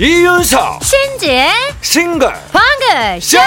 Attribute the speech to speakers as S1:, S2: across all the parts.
S1: 이윤석
S2: 신지의
S1: 싱글
S2: 방글 쇼!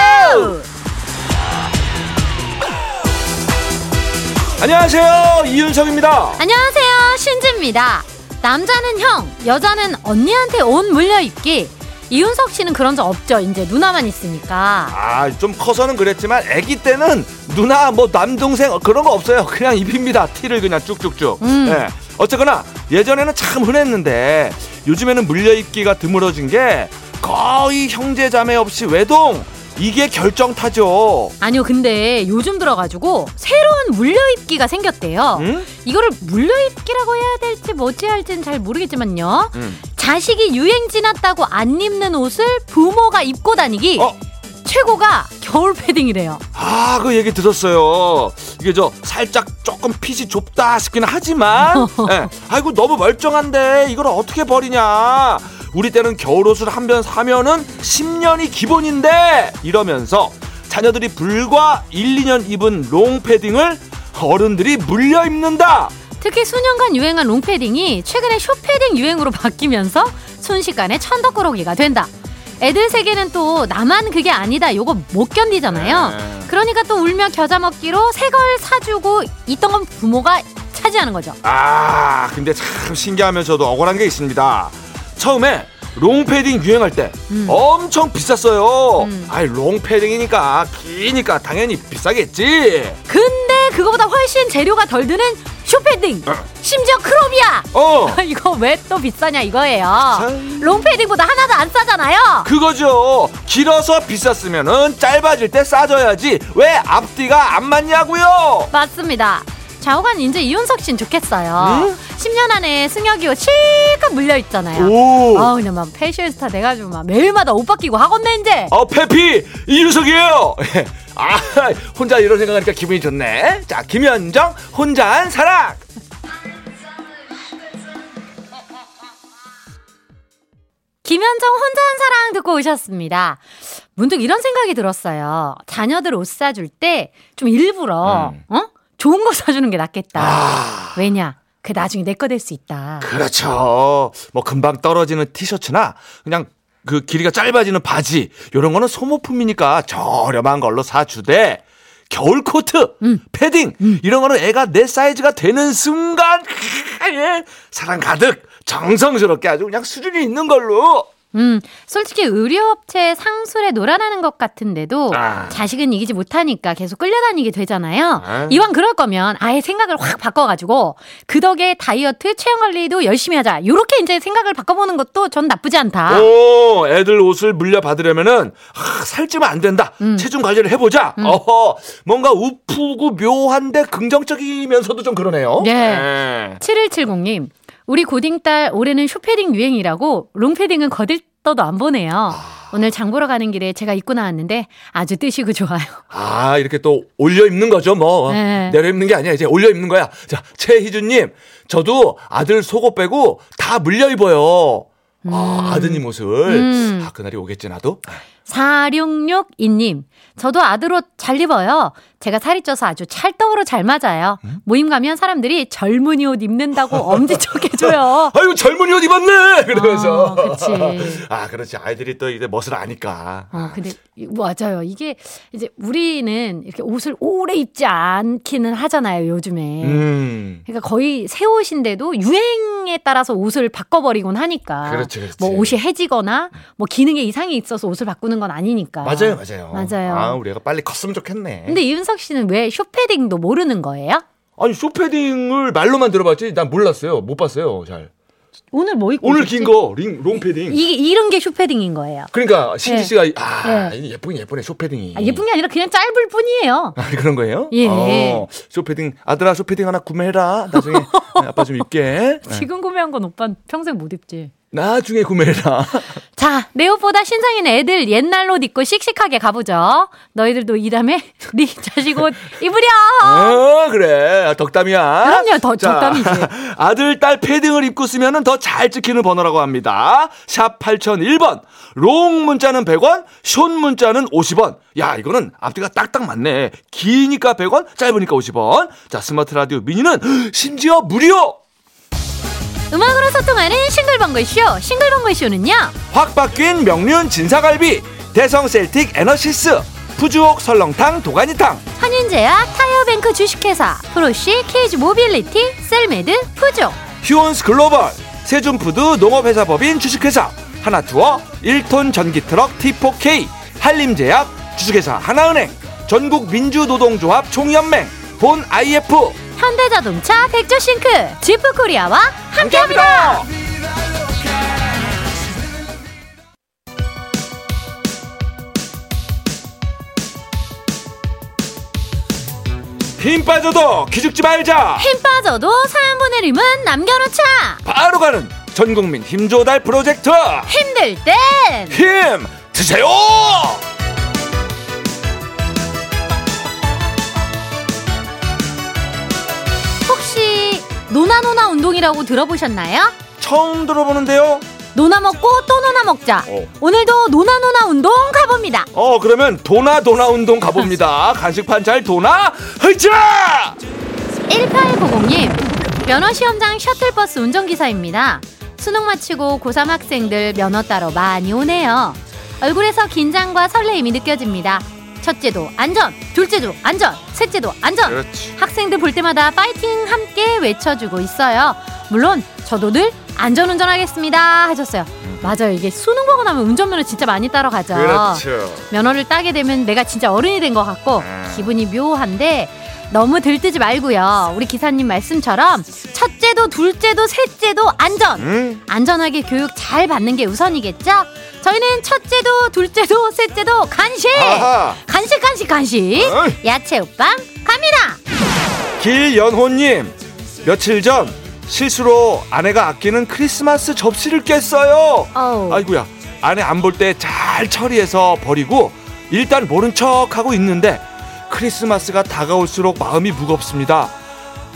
S1: 안녕하세요 이윤석입니다
S2: 안녕하세요, 신지입니다. 남자는 형, 여자는 언니한테 옷 물려입기. 이윤석 씨는 그런 적 없죠. 이제 누나만 있으니까.
S1: 아 좀 커서는 그랬지만 아기 때는 누나 뭐 남동생 그런 거 없어요 그냥 입힙니다 티를 그냥 쭉쭉쭉
S2: 음.
S1: 예. 어쨌거나 예전에는 참 흔했는데 요즘에는 물려입기가 드물어진 게 거의 형제자매 없이 외동 이게 결정타죠
S2: 아니요, 근데 요즘 들어가지고 새로운 물려입기가 생겼대요.
S1: 응?
S2: 이거를 물려입기라고 해야 될지 뭐지 할지는 잘 모르겠지만요.
S1: 응.
S2: 자식이 유행 지났다고 안 입는 옷을 부모가 입고 다니기.
S1: 어?
S2: 최고가 겨울 패딩이래요.
S1: 아, 그 얘기 들었어요. 이게 저 살짝 조금 핏이 좁다 싶긴 하지만, 예. 아이고 너무 멀쩡한데 이걸 어떻게 버리냐. 우리 때는 겨울 옷을 한 변 사면은 10년이 기본인데 이러면서 자녀들이 불과 1, 2년 입은 롱 패딩을 어른들이 물려 입는다.
S2: 특히 수년간 유행한 롱패딩이 최근에 숏패딩 유행으로 바뀌면서 순식간에 천덕꾸러기가 된다. 애들 세계는 또 나만 그게 아니다 요거 못 견디잖아요.
S1: 네.
S2: 그러니까 또 울며 겨자 먹기로 새 걸 사주고 있던 건 부모가 차지하는 거죠.
S1: 아 근데 참 신기하면서도 억울한 게 있습니다 처음에 롱패딩 유행할 때
S2: 음.
S1: 엄청 비쌌어요
S2: 음.
S1: 아이 롱패딩이니까 기니까 당연히 비싸겠지
S2: 근데 그거보다 훨씬 재료가 덜 드는 숏패딩.
S1: 어.
S2: 심지어 크롭이야.
S1: 어
S2: 이거 왜 또 비싸냐 이거예요.
S1: 참.
S2: 롱패딩보다 하나도 안 싸잖아요.
S1: 그거죠 길어서 비쌌으면은 짧아질 때 싸져야지 왜 앞뒤가 안 맞냐고요
S2: 맞습니다. 좌우간 이제 이윤석 씨는 좋겠어요.
S1: 응?
S2: 10년 안에 승혁이 옷 실컷 물려 있잖아요.
S1: 오
S2: 아 그냥 막 패션 스타 돼가지고 막 매일마다 옷 바뀌고 학원네 이제.
S1: 어, 페피 이윤석이에요. 아, 혼자 이런 생각하니까 기분이 좋네. 자, 김현정 혼자한 사랑.
S2: 김현정 혼자 한 사랑 듣고 오셨습니다. 문득 이런 생각이 들었어요. 자녀들 옷 사줄 때 좀 일부러 어 좋은 거 사주는 게 낫겠다.
S1: 음. 아. 그
S2: 왜냐? 그 나중에 내 거 될 수 있다.
S1: 그렇죠. 뭐 금방 떨어지는 티셔츠나 그냥 그 길이가 짧아지는 바지 이런 거는 소모품이니까 저렴한 걸로 사주되 겨울 코트, 패딩 이런 거는 애가 내 사이즈가 되는 순간 크, 예, 사랑 가득 정성스럽게 아주 그냥 수준이 있는 걸로.
S2: 음, 솔직히 의료업체 상술에 놀아나는 것 같은데도
S1: 아.
S2: 자식은 이기지 못하니까 계속 끌려다니게 되잖아요.
S1: 아.
S2: 이왕 그럴 거면 아예 생각을 확 바꿔가지고 그 덕에 다이어트, 체형 관리도 열심히 하자. 요렇게 이제 생각을 바꿔보는 것도 전 나쁘지 않다.
S1: 오, 애들 옷을 물려받으려면은 아, 살찌면 안 된다. 체중 관리를 해보자. 어허, 뭔가 우프고 묘한데 긍정적이면서도 좀 그러네요.
S2: 네.
S1: 예.
S2: 7170님, 우리 고딩딸 올해는 쇼패딩 유행이라고 롱패딩은 거들떠도 안 보네요.
S1: 아.
S2: 오늘 장 보러 가는 길에 제가 입고 나왔는데 아주 뜨시고 좋아요.
S1: 아 이렇게 또 올려 입는 거죠 뭐
S2: 네.
S1: 내려 입는 게 아니야 이제 올려 입는 거야 자 최희준님 저도 아들 속옷 빼고 다 물려 입어요 아, 아드님 옷을
S2: 음.
S1: 아 그날이 오겠지 나도
S2: 4662님, 저도 아들 옷 잘 입어요. 제가 살이 쪄서 아주 찰떡으로 잘 맞아요.
S1: 음?
S2: 모임 가면 사람들이 젊은이 옷 입는다고 엄지척 해줘요.
S1: 아이고 젊은이 옷 입었네 그러면서
S2: 어, 그치.
S1: 아 그렇지 아이들이 또 이제 멋을 아니까
S2: 어, 근데, 이- 맞아요. 이게, 이제 우리는 이렇게 옷을 오래 입지 않기는 하잖아요, 요즘에.
S1: 음
S2: 그러니까 거의 새 옷인데도 유행에 따라서 옷을 바꿔버리곤 하니까.
S1: 그렇지, 그렇지.
S2: 뭐 옷이 해지거나 뭐 기능에 이상이 있어서 옷을 바꾸는 건 아니니까.
S1: 맞아요 맞아요
S2: 맞아요.
S1: 아 우리 애가 빨리 컸으면 좋겠네
S2: 근데 이윤석 씨는 왜 쇼패딩도 모르는 거예요?
S1: 아니 쇼패딩을 말로만 들어봤지 난 몰랐어요 못 봤어요 잘
S2: 오늘 뭐 입고
S1: 오늘
S2: 오셨지?
S1: 긴 거 롱패딩
S2: 이게 이런 게 쇼패딩인 거예요.
S1: 그러니까 신지
S2: 네.
S1: 씨가 아
S2: 네.
S1: 이 예쁘긴 예쁘네 쇼패딩이
S2: 아, 예쁜 게 아니라 그냥 짧을 뿐이에요.
S1: 아, 그런 거예요?
S2: 예.
S1: 어, 쇼패딩 아들아 쇼패딩 하나 구매해라 나중에 아빠 좀 입게 네.
S2: 지금 구매한 건 오빠 평생 못 입지.
S1: 나중에 구매해라
S2: 자, 내 옷보다 신상인 애들 옛날 옷 입고 씩씩하게 가보죠. 너희들도 이 다음에 네 자식 옷 입으렴.
S1: 어 그래 덕담이야
S2: 아. 그럼요, 더
S1: 자,
S2: 덕담이지.
S1: 아들 딸 패딩을 입고 쓰면은 더 잘 찍히는 번호라고 합니다 샵 8001번 롱 문자는 100원 숏 문자는 50원 야 이거는 앞뒤가 딱딱 맞네 기니까 100원 짧으니까 50원 자 스마트 라디오 미니는 심지어 무료
S2: 음악으로 소통하는 싱글벙글쇼. 싱글벙글쇼는요.
S1: 확 바뀐 명륜 진사갈비 대성 셀틱 에너시스 푸주옥 설렁탕 도가니탕
S2: 한윤제약 타이어뱅크 주식회사 프로시 케이지 모빌리티 셀메드 푸조
S1: 휴온스 글로벌 세준푸드 농업회사법인 주식회사 하나투어 1톤 전기트럭 T4K 한림제약 주식회사 하나은행 전국 민주노동조합 총연맹 본 IF
S2: 현대자동차 백조싱크 지프코리아와 함께합니다.
S1: 함께합니다. 힘 빠져도 기죽지 말자.
S2: 힘 빠져도 사연 보낼 힘은 남겨놓자.
S1: 바로 가는 전국민 힘 조달 프로젝트
S2: 힘들 땐
S1: 힘 드세요.
S2: 혹시 노나노나 운동이라고 들어보셨나요?
S1: 처음 들어보는데요.
S2: 노나 먹고 또 노나 먹자.
S1: 어.
S2: 오늘도 노나노나 운동 가봅니다.
S1: 어 그러면 도나 도나 운동 가봅니다. 간식판 잘 도나 흐자.
S2: 1890님 면허 시험장 셔틀버스 운전기사입니다. 수능 마치고 고3 학생들 면허 따러 많이 오네요. 얼굴에서 긴장과 설레임이 느껴집니다. 첫째도 안전, 둘째도 안전, 셋째도 안전.
S1: 그렇지.
S2: 학생들 볼 때마다 파이팅 함께 외쳐주고 있어요. 물론 저도 늘 안전 운전하겠습니다 하셨어요.
S1: 음.
S2: 맞아요. 이게 수능 보고 나면 운전면허 진짜 많이 따러 가죠. 면허를 따게 되면 내가 진짜 어른이 된 것 같고
S1: 그렇죠. 음.
S2: 기분이 묘한데 너무 들뜨지 말고요. 우리 기사님 말씀처럼 첫째도 둘째도 셋째도 안전.
S1: 음.
S2: 안전하게 교육 잘 받는 게 우선이겠죠? 저희는 첫째도 둘째도 셋째도 간식!
S1: 아하.
S2: 간식 간식 간식!
S1: 어이.
S2: 야채 오빵 갑니다!
S1: 길연호님 며칠 전 실수로 아내가 아끼는 크리스마스 접시를 깼어요.
S2: 어우.
S1: 아이고야 아내 안 볼 때 잘 처리해서 버리고 일단 모른 척 하고 있는데 크리스마스가 다가올수록 마음이 무겁습니다.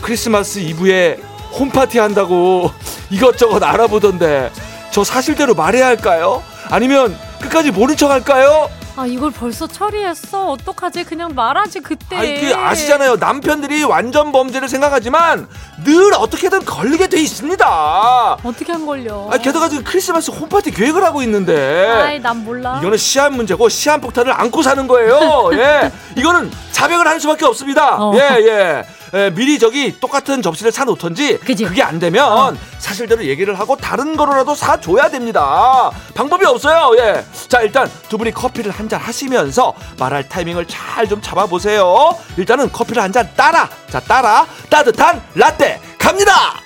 S1: 크리스마스 이브에 홈파티 한다고 이것저것 알아보던데 저 사실대로 말해야 할까요? 아니면 끝까지 모른 척 할까요?
S2: 아 이걸 벌써 처리했어 어떡하지 그냥 말하지 그때
S1: 아니 그 아시잖아요 남편들이 완전 범죄를 생각하지만 늘 어떻게든 걸리게 돼 있습니다. 아
S2: 어떻게 한 걸려
S1: 게다가 지금 크리스마스 홈파티 계획을 하고 있는데
S2: 난 몰라
S1: 이거는 시한 문제고 시한 폭탄을 안고 사는 거예요. 예, 이거는 자백을 할 수밖에 없습니다.
S2: 어.
S1: 예, 예. 예, 미리 저기 똑같은 접시를 사 놓던지 어.
S2: 그지?
S1: 게안 되면 사실대로 얘기를 하고 다른 거로라도 사 줘야 됩니다. 방법이 없어요. 예. 자, 일단 두 분이 커피를 한 잔 하시면서 말할 타이밍을 잘 좀 잡아 보세요. 일단은 커피를 한 잔 따라. 자, 따라 따뜻한 라떼 갑니다.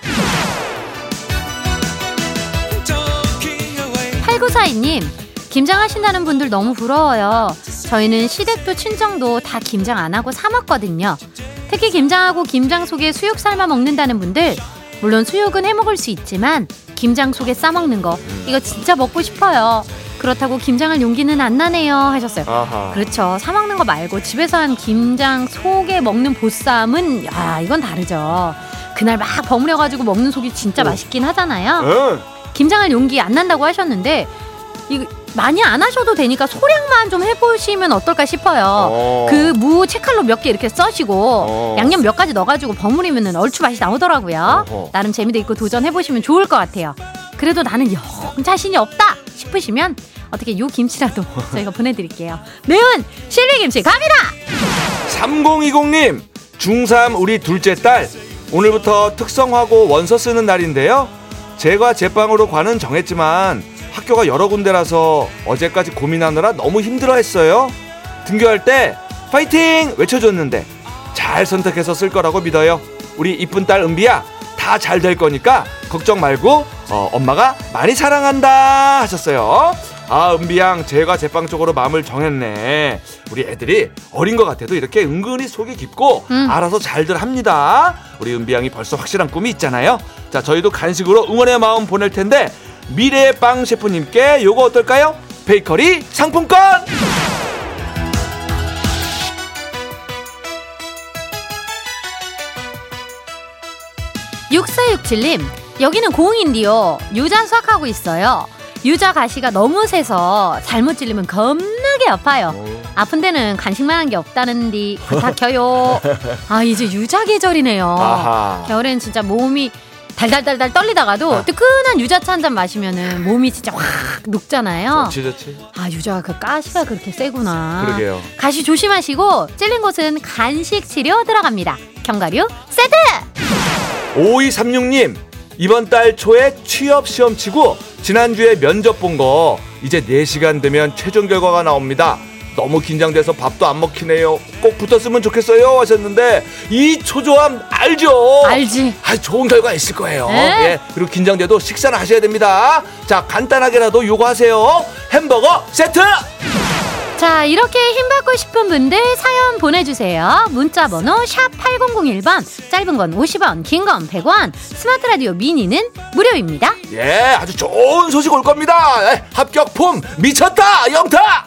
S2: 8942님 김장하신다는 분들 너무 부러워요 저희는 시댁도 친정도 다 김장 안 하고 사 먹거든요 특히 김장하고 김장 속에 수육 삶아 먹는다는 분들 물론 수육은 해 먹을 수 있지만 김장 속에 싸 먹는 거 이거 진짜 먹고 싶어요 그렇다고 김장할 용기는 안 나네요 하셨어요
S1: 아하.
S2: 그렇죠. 사 먹는 거 말고 집에서 한 김장 속에 먹는 보쌈은 야 이건 다르죠. 그날 막 버무려 가지고 먹는 속이 진짜 맛있긴 하잖아요.
S1: 응.
S2: 김장할 용기 안 난다고 하셨는데 이 많이 안 하셔도 되니까 소량만 좀 해보시면 어떨까 싶어요.
S1: 어.
S2: 그 무 채칼로 몇 개 이렇게 써시고
S1: 어.
S2: 양념 몇 가지 넣어가지고 버무리면은 얼추 맛이 나오더라고요.
S1: 어허.
S2: 나름 재미도 있고 도전해보시면 좋을 것 같아요. 그래도 나는 영 자신이 없다 싶으시면 어떻게 요 김치라도 저희가 보내드릴게요. 매운 실비김치 갑니다!
S1: 3020님 중3 우리 둘째 딸 오늘부터 특성화고 원서 쓰는 날인데요 제가 제빵으로 관은 정했지만 학교가 여러 군데라서 어제까지 고민하느라 너무 힘들어했어요 등교할 때 파이팅 외쳐줬는데 잘 선택해서 쓸 거라고 믿어요 우리 이쁜 딸 은비야 다 잘 될 거니까 걱정 말고 어, 엄마가 많이 사랑한다 하셨어요. 아 은비양 제가 제빵 쪽으로 마음을 정했네. 우리 애들이 어린 것 같아도 이렇게 은근히 속이 깊고
S2: 음.
S1: 알아서 잘들 합니다. 우리 은비양이 벌써 확실한 꿈이 있잖아요. 자 저희도 간식으로 응원의 마음 보낼 텐데 미래의 빵 셰프님께 요거 어떨까요? 베이커리 상품권.
S2: 육사육칠님 여기는 공인데요 유자 수확하고 있어요 유자 가시가 너무 세서 잘못 찔리면 겁나게 아파요 아픈 데는 간식만 한 게 없다는디 부탁해요 아 이제 유자 계절이네요
S1: 아하.
S2: 겨울엔 진짜 몸이 달달달달 떨리다가도
S1: 아.
S2: 뜨끈한 유자차 한 잔 마시면은 몸이 진짜 확 녹잖아요.
S1: 저치 저치.
S2: 아 유자가 그 가시가 그렇게 세구나.
S1: 그러게요.
S2: 가시 조심하시고 찔린 곳은 간식 치료 들어갑니다. 견과류 세트.
S1: 5236님 이번 달 초에 취업 시험 치고 지난주에 면접 본 거 이제 4시간 되면 최종 결과가 나옵니다 너무 긴장돼서 밥도 안 먹히네요 꼭 붙었으면 좋겠어요 하셨는데 이 초조함 알죠
S2: 알지.
S1: 아, 좋은 결과 있을 거예요.
S2: 네.
S1: 예. 그리고 긴장돼도 식사는 하셔야 됩니다. 자, 간단하게라도 요구하세요. 햄버거 세트!
S2: 자 이렇게 힘 받고 싶은 분들 사연 보내주세요 문자 번호 샵 8001번 짧은 건 50원 긴 건 100원 스마트 라디오 미니는 무료입니다
S1: 예, 아주 좋은 소식 올 겁니다. 예, 합격품 미쳤다! 영타!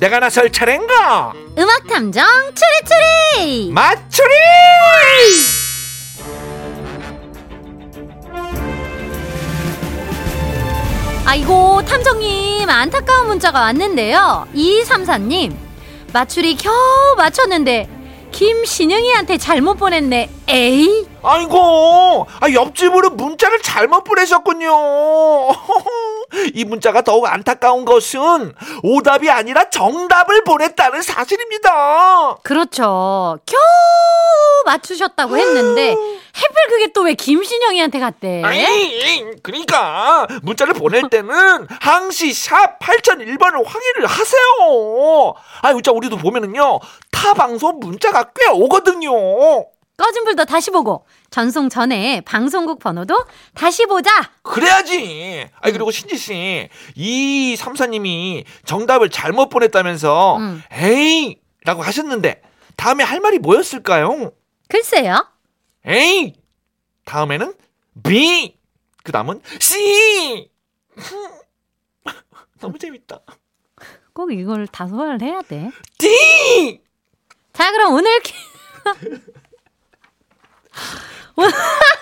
S1: 내가 나설 차례인가?
S2: 음악 탐정 추리추리
S1: 맞추리!
S2: 아이고 탐정님 안타까운 문자가 왔는데요 2234님 마추리 겨우 맞췄는데 김신영이한테 잘못 보냈네 에이
S1: 아이고, 아, 옆집으로 문자를 잘못 보내셨군요. 이 문자가 더욱 안타까운 것은 오답이 아니라 정답을 보냈다는 사실입니다.
S2: 그렇죠. 겨우 맞추셨다고 했는데 해필 그게 또 왜 김신영이한테 갔대?
S1: 아니, 그러니까 문자를 보낼 때는 항시 샵 8001번을 확인을 하세요. 아, 문자 우리도 보면은요. 타 방송 문자가 꽤 오거든요.
S2: 꺼진 불도 다시 보고 전송 전에 방송국 번호도 다시 보자.
S1: 그래야지. 아니 그리고 신지 씨, 이 삼사님이 정답을 잘못 보냈다면서
S2: 음.
S1: 에이라고 하셨는데 다음에 할 말이 뭐였을까요?
S2: 글쎄요.
S1: 에이 다음에는 B 그 다음은 C 너무 재밌다.
S2: 꼭 이걸 다 소화를 해야 돼.
S1: D
S2: 자 그럼 오늘 퀴-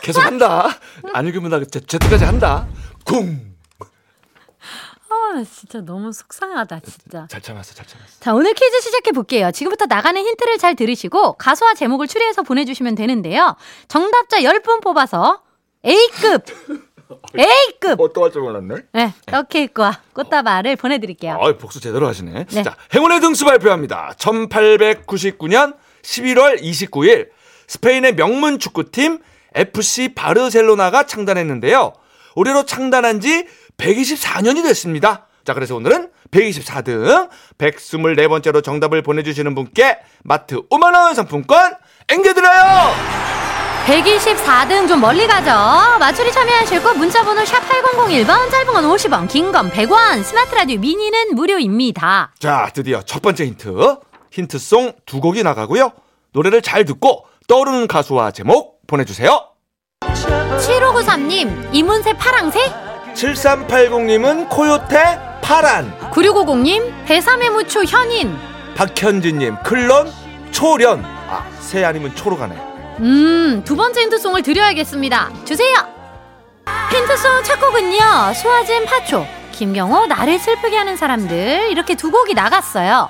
S1: 계속 한다. 안 읽으면 나 제- 제트까지 한다. 쿵.
S2: 아, 나 진짜 너무 속상하다 진짜.
S1: 잘 참았어, 잘 참았어.
S2: 자, 오늘 퀴즈 시작해 볼게요. 지금부터 나가는 힌트를 잘 들으시고 가수와 제목을 추리해서 보내주시면 되는데요. 정답자 10분 뽑아서 A급,
S1: 어,
S2: A급,
S1: 어떠할줄 몰랐네.
S2: 네, 떡케이크와 꽃다발을 보내드릴게요.
S1: 아, 복수 제대로 하시네.
S2: 네.
S1: 자, 행운의 등수 발표합니다. 1899년 11월 29일 스페인의 명문 축구팀 FC 바르셀로나가 창단했는데요. 올해로 창단한 지 124년이 됐습니다. 자, 그래서 오늘은 124등 124번째로 정답을 보내주시는 분께 마트 5만원 상품권 앵겨드려요!
S2: 124등 좀 멀리 가죠. 마추리 참여하실 곳 문자번호 샵 8001번, 짧은 건 50원, 긴 건 100원, 스마트 라디오 미니는 무료입니다.
S1: 자, 드디어 첫 번째 힌트. 힌트송 두 곡이 나가고요. 노래를 잘 듣고 떠오르는 가수와 제목 보내주세요.
S2: 7593님, 이문세 파랑새?
S1: 7380님은 코요태 파란
S2: 9650님, 배삼의 무초 현인?
S1: 박현진님 클론 초련 아새 아니면 초로 가네
S2: 음, 두 번째 힌트송을 드려야겠습니다. 주세요. 힌트송 첫 곡은요. 소아진 파초, 김경호 나를 슬프게 하는 사람들 이렇게 두 곡이 나갔어요.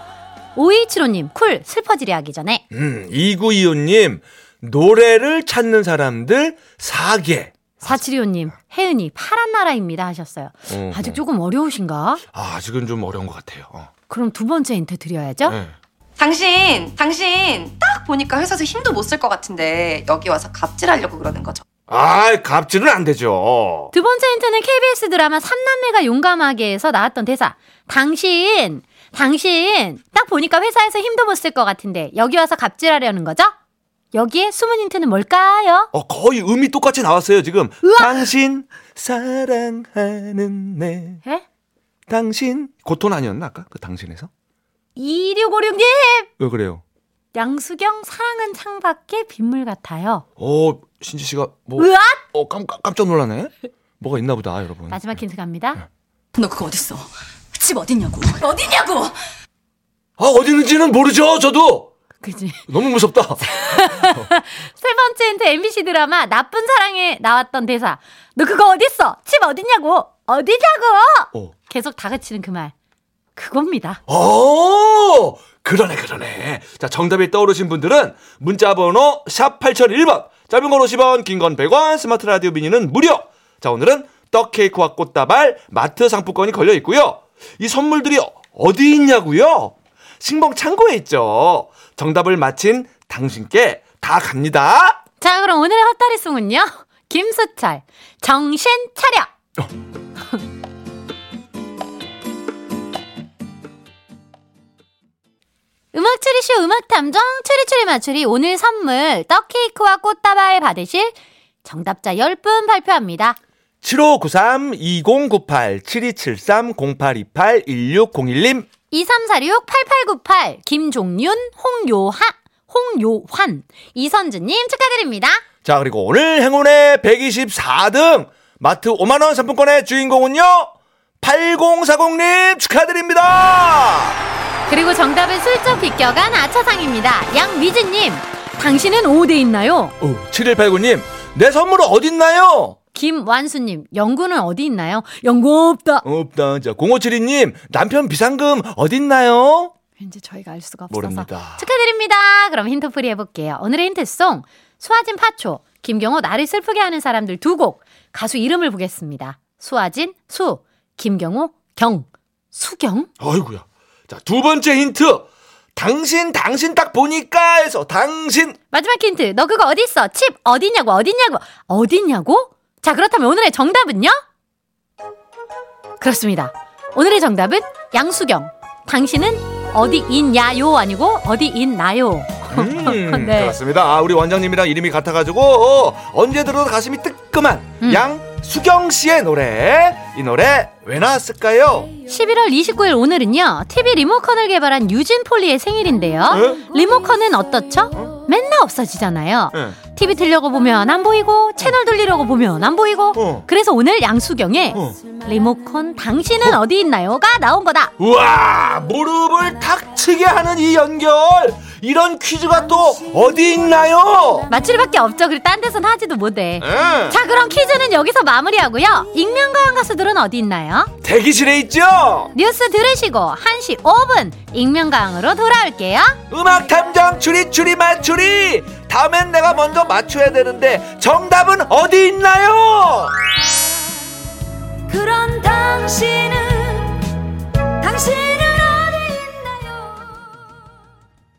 S2: 오이치로님 쿨 슬퍼지려 하기 전에
S1: 음 이구이호님 노래를 찾는 사람들 사계
S2: 사치리오님 혜은이 파란 나라입니다 하셨어요.
S1: 어,
S2: 아직 조금 어려우신가?
S1: 아, 아직은 좀 어려운 것 같아요 어.
S2: 그럼 두 번째 힌트 드려야죠.
S1: 네.
S3: 당신, 당신 딱 보니까 회사에서 힘도 못 쓸 것 같은데 여기 와서 갑질하려고 그러는 거죠.
S1: 아 갑질은 안 되죠
S2: 두 번째 힌트는 KBS 드라마 삼남매가 용감하게에서 나왔던 대사. 당신, 당신, 딱 보니까 회사에서 힘도 못 쓸 것 같은데 여기 와서 갑질하려는 거죠? 여기에 숨은 힌트는 뭘까요?
S1: 어 거의 음이 똑같이 나왔어요 지금
S2: 으악!
S1: 당신 사랑하는 내
S2: 예?
S1: 그 당신 고톤 아니었나 아까 그 당신에서
S2: 2656님!
S1: 왜 그래요
S2: 양수경 사랑은 창밖에 빗물 같아요.
S1: 오 어, 신지 씨가 뭐
S2: 으악!
S1: 어, 깜, 깜- 깜짝 놀라네. 뭐가 있나 보다 여러분.
S2: 마지막 힌트
S1: 네.
S2: 갑니다.
S4: 너 그거 어딨어? 집 어딨냐고? 어딨냐고?
S1: 아 어디 있는지는 모르죠 저도.
S2: 그지.
S1: 너무 무섭다.
S2: 세 번째 힌트 MBC 드라마 나쁜 사랑에 나왔던 대사. 너 그거 어딨어? 집 어딨냐고? 어디냐고?
S1: 어.
S2: 계속 다그치는 그 말. 그겁니다.
S1: 어 그러네 그러네. 자 정답이 떠오르신 분들은 문자번호 샵 8001번 짧은 건 50원 긴 건 100원 스마트 라디오 미니는 무료. 자 오늘은 떡 케이크와 꽃다발 마트 상품권이 걸려 있고요. 이 선물들이 어디 있냐고요? 신봉 창고에 있죠. 정답을 맞힌 당신께 다 갑니다.
S2: 자, 그럼 오늘의 헛다리송은요. 김수철, 정신 차려! 음악 추리쇼 음악 탐정 추리추리 맞추리 오늘 선물 떡케이크와 꽃다발 받으실 정답자 10분 발표합니다.
S1: 7593-2098-7273-0828-1601님
S2: 2346-8898 김종윤, 홍요하, 홍요환, 이선주님 축하드립니다.
S1: 자, 그리고 오늘 행운의 124등 마트 5만원 상품권의 주인공은요, 8040님 축하드립니다!
S2: 그리고 정답을 슬쩍 비껴간 아차상입니다. 양미진님, 당신은 5대 있나요?
S1: 오, 7189님, 내 선물은 어딨나요?
S2: 김완수님, 영구는 어디 있나요? 영구 없다.
S1: 없다. 자, 0572님, 남편 비상금 어딨나요?
S2: 왠지 저희가 알 수가 없어서.
S1: 모릅니다.
S2: 축하드립니다. 그럼 힌트풀이 해볼게요. 오늘의 힌트송, 수아진 파초, 김경호 나를 슬프게 하는 사람들 두 곡, 가수 이름을 보겠습니다. 수아진, 수, 김경호, 경, 수경?
S1: 아이고야. 자, 두 번째 힌트. 당신, 당신 딱 보니까 해서 당신.
S2: 마지막 힌트. 너 그거 어딨어? 칩 어디냐고 어디냐고 어디냐고? 자 그렇다면 오늘의 정답은요? 그렇습니다. 오늘의 정답은 양수경. 당신은 어디 있냐요 아니고 어디 있나요?
S1: 음,
S2: 네.
S1: 그렇습니다. 아, 우리 원장님이랑 이름이 같아가지고 어, 언제 들어도 가슴이 뜨끔한
S2: 음.
S1: 양수경 씨의 노래 이 노래 왜 나왔을까요?
S2: 11월 29일 오늘은요. TV 리모컨을 개발한 유진 폴리의 생일인데요.
S1: 예?
S2: 리모컨은 어떻죠? 맨날 없어지잖아요.
S1: 예.
S2: TV 틀려고 보면 안 보이고 채널 돌리려고 보면 안 보이고
S1: 어.
S2: 그래서 오늘 양수경의
S1: 어.
S2: 리모컨 당신은 어? 디 있나요가 나온 거다.
S1: 우와 무릎을 탁치게 하는 이 연결 이런 퀴즈가 또 어디 있나요?
S2: 맞출 밖에 없죠. 그리고 딴 데선 하지도 못해.
S1: 예.
S2: 자 그럼 퀴즈는 여기서 마무리하고요. 익명 가연 가수들은 어디 있나요?
S1: 대기실에 있죠?
S2: 뉴스 들으시고 1시 5분 익명 가연으로 돌아올게요.
S1: 음악 탐정 추리 추리 맞추리 다음엔 내가 먼저 맞춰야 되는데 정답은 어디 있나요?
S4: 그런 당신은